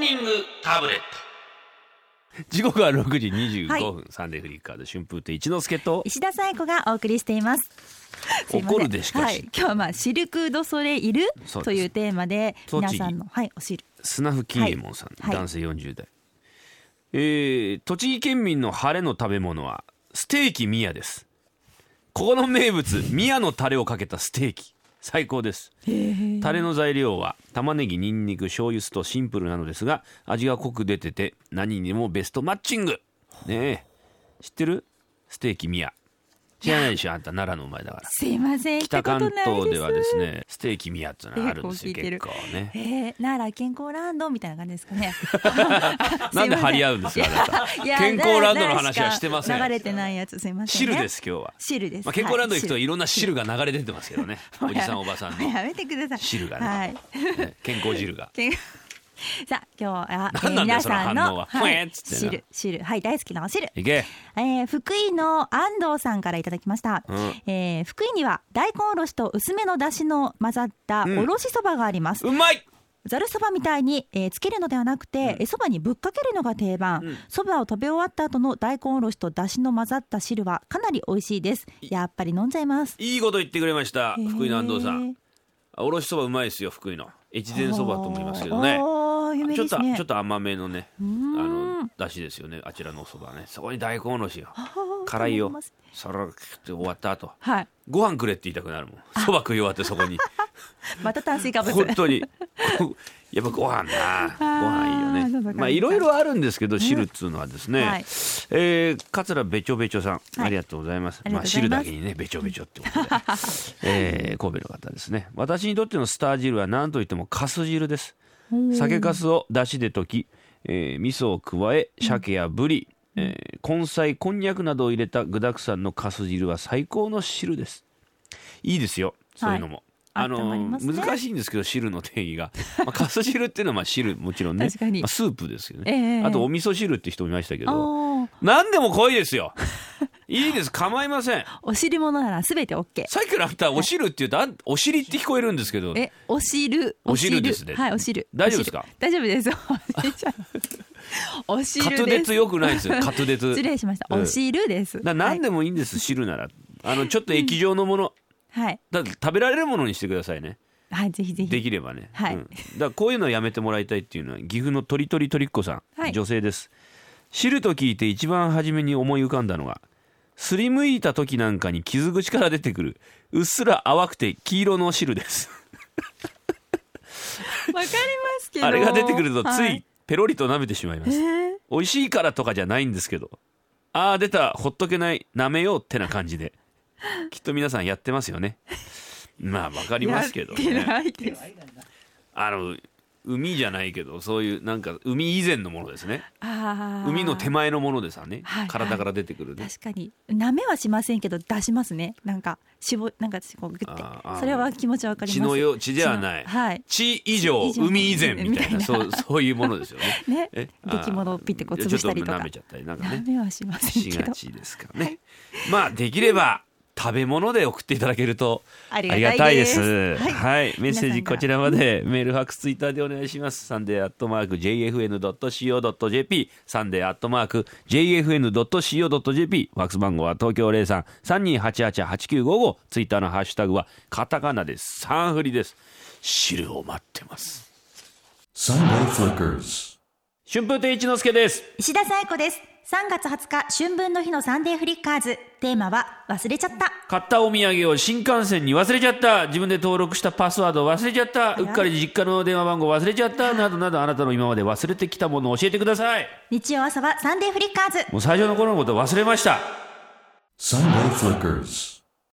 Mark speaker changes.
Speaker 1: ニングタブレッ
Speaker 2: 時刻は6時25分、
Speaker 3: は
Speaker 2: サンデーフリッカーで春風亭一之輔と
Speaker 3: 石田紗友子がお送りしています。すいません
Speaker 2: 怒るでしかし
Speaker 3: はい、今日はまあシルクドソレイル
Speaker 2: そうです
Speaker 3: というテーマで
Speaker 2: 栃木
Speaker 3: 皆さんのはいお汁
Speaker 2: 砂吹き右衛門さん、
Speaker 3: はい
Speaker 2: 男性40代、えー栃木県民の晴れの食べ物はステーキ宮ですここの名物宮のタレをかけたステーキ最高ですタレの材料は玉ねぎにんにく醤油酢とシンプルなのですが味が濃く出てて何にもベストマッチングねえ知ってるステーキ宮知らないでしょあんた奈良の生まれだから
Speaker 3: すいません。
Speaker 2: 北関東ではですすねステーキ宮っていうのがあるんですよ
Speaker 3: 結構聞いて
Speaker 2: 結
Speaker 3: る
Speaker 2: 構ね
Speaker 3: えー、奈良健康ランドみたいな感じですかね。
Speaker 2: なんで張り合うんですかあなた
Speaker 3: いや
Speaker 2: 健康ランドの
Speaker 3: 奈良
Speaker 2: 話はしてません
Speaker 3: 流れてないやつすいません、ね。
Speaker 2: 汁です今日は
Speaker 3: 汁です
Speaker 2: まあ、健康ランド行くと
Speaker 3: はい
Speaker 2: いろんな汁が流れ出てますけどね、
Speaker 3: もう
Speaker 2: お
Speaker 3: や
Speaker 2: じさんおばさん
Speaker 3: もう
Speaker 2: の
Speaker 3: やめてください。
Speaker 2: 汁がね
Speaker 3: はい。
Speaker 2: ね健康汁が
Speaker 3: けん さあ今日は、えー
Speaker 2: 何なんだよ
Speaker 3: 皆さん
Speaker 2: その反応
Speaker 3: の
Speaker 2: は
Speaker 3: は
Speaker 2: ふえーっ
Speaker 3: い、
Speaker 2: つってな
Speaker 3: 汁汁はい大好きなお汁。
Speaker 2: いけ
Speaker 3: えー福井の安藤さんからいただきました、
Speaker 2: うん
Speaker 3: えー福井には大根おろしと薄めのだしの混ざったおろしそばがあります、
Speaker 2: うまい
Speaker 3: ざるそばみたいに、えーつけるのではなくてえーそば、にぶっかけるのが定番そば、を食べ終わった後の大根おろしとだしの混ざった汁はかなり美味しいですやっぱり飲んじゃいます
Speaker 2: いいこと言ってくれました福井の安藤さ
Speaker 3: へー
Speaker 2: んおろしそばうまいですよ福井の越前そばと思いますけどね
Speaker 3: おー有名
Speaker 2: ちょ
Speaker 3: で
Speaker 2: っと
Speaker 3: す
Speaker 2: ち
Speaker 3: ね
Speaker 2: ょっと甘めのねあ
Speaker 3: ん
Speaker 2: のだしですよねあちらのおそばねそこに大根おろしよ
Speaker 3: あー
Speaker 2: 辛い
Speaker 3: と
Speaker 2: よ
Speaker 3: 思ます
Speaker 2: そら食って終わった後
Speaker 3: はい
Speaker 2: ご飯くれって言いたくなるもんそば食い終わってそこに
Speaker 3: また炭 水化物
Speaker 2: 本当にこやっぱご飯なご飯いいよ
Speaker 3: 喉が渇い
Speaker 2: ね
Speaker 3: た
Speaker 2: まあいろいろあるんですけど汁っつうのはですね、
Speaker 3: はい
Speaker 2: えー、桂べちょべちょさん、
Speaker 3: はい
Speaker 2: ありがとうございます
Speaker 3: あり
Speaker 2: ま
Speaker 3: が
Speaker 2: あ
Speaker 3: とうござ
Speaker 2: 汁だ
Speaker 3: います
Speaker 2: けにねべちょべちょって ことで、えー神戸の方ですね私にとってのスター汁は何といってもかす汁です酒かすをだしで溶き、えー味噌を加え鮭やぶり、えー根菜こんにゃくなどを入れた具沢山のかす汁は最高の汁ですいいですよそういうのも、
Speaker 3: はい
Speaker 2: あ
Speaker 3: 温まり
Speaker 2: の
Speaker 3: ますね
Speaker 2: 難しいんですけど汁の定義が、まあ、かす汁っていうのはまあ汁もちろんね
Speaker 3: 確かに
Speaker 2: まあ、スープですよ
Speaker 3: え
Speaker 2: ね、
Speaker 3: え
Speaker 2: あとお味噌汁って人もいましたけ
Speaker 3: あ
Speaker 2: ど
Speaker 3: ー
Speaker 2: 何でも濃いです よいいです構いません
Speaker 3: お汁物ならすべてオッケー
Speaker 2: さっきからあんたお汁って言うとあんお尻って聞こえるんですけど
Speaker 3: え、お汁。
Speaker 2: お汁ですね
Speaker 3: はい、お汁。
Speaker 2: 大丈夫ですか
Speaker 3: お汁大丈夫です。おじいちゃんお汁
Speaker 2: 滑
Speaker 3: です。
Speaker 2: 舌よくないですよ滑舌
Speaker 3: 失礼しました。
Speaker 2: うん
Speaker 3: お汁です。
Speaker 2: な何でもいいんです、汁ならあのちょっと液状のもの、
Speaker 3: はい。
Speaker 2: だって食べられるものにしてくださいね
Speaker 3: はい、ぜひぜ
Speaker 2: で
Speaker 3: ひ。
Speaker 2: きればね、
Speaker 3: はい
Speaker 2: うんだからこういうのやめてもらいたいっていうのは岐阜のとりとりとりっこさん、
Speaker 3: はい
Speaker 2: 女性です汁と聞いて一番初めに思い浮かんだのがすりむいた時なんかに傷口から出てくるうっすら淡くて黄色の汁です
Speaker 3: わかりますけど。
Speaker 2: あれが出てくるとつ。
Speaker 3: はい
Speaker 2: ペロリと舐めてしまいます、
Speaker 3: えー
Speaker 2: 美味しいからとかじゃないんですけどああ出たほっとけない舐めようってな感じできっと皆さんやってますよねまあわかりますけど
Speaker 3: やって
Speaker 2: ね
Speaker 3: ないです
Speaker 2: あの海じゃないけどそういうなんか海以前のものですね
Speaker 3: あー
Speaker 2: 海の手前のものですわね、
Speaker 3: はいはい
Speaker 2: 体から出てくるね
Speaker 3: 確かに舐めはしませんけど出しますねなんかしぼなんかこうグって
Speaker 2: あーあー
Speaker 3: それは気持ちわかります
Speaker 2: 血のよ血ではない
Speaker 3: 血のはい
Speaker 2: 地以上
Speaker 3: 地以上
Speaker 2: 海以前みたいな
Speaker 3: みたい
Speaker 2: そ
Speaker 3: な
Speaker 2: うそういうものですよね
Speaker 3: ね
Speaker 2: え
Speaker 3: 出来物をピッてこう
Speaker 2: あー
Speaker 3: 潰したりとか
Speaker 2: ちょっと舐めちゃったりなんかね
Speaker 3: 舐めはしません
Speaker 2: し
Speaker 3: け
Speaker 2: が
Speaker 3: ど
Speaker 2: ちですからね。まあできれば食べ物で送っていただけるとあ
Speaker 3: あ
Speaker 2: り
Speaker 3: り
Speaker 2: が
Speaker 3: が
Speaker 2: た
Speaker 3: た
Speaker 2: い
Speaker 3: い
Speaker 2: で。
Speaker 3: ですす
Speaker 2: はい、メッセージ
Speaker 3: 皆さんが
Speaker 2: こちらまでメールファックスツイッターでお願いします。サンデーアットマーク jfn ドット co ドット jp サンデーアットマーク jfn ドット co ドット jp ファックス番号は東京03三三二八八八九五五ツイッターのハッシュタグはカタカナで三振りです。汁を待ってます。
Speaker 4: Sunday Flickers.
Speaker 2: 春風亭一之輔です。
Speaker 3: 石田紗友子です。3月20日、春分の日のサンデーフリッカーズ。テーマは、忘れちゃった。
Speaker 2: 買ったお土産を新幹線に忘れちゃった自分で登録したパスワードを忘れちゃったうっかり実家の電話番号忘れちゃったなどなどあなたの今まで忘れてきたものを教えてください
Speaker 3: 日曜朝はサンデーフリッカーズ。
Speaker 2: もう最初の頃のこと忘れました
Speaker 4: Sunday Flickers.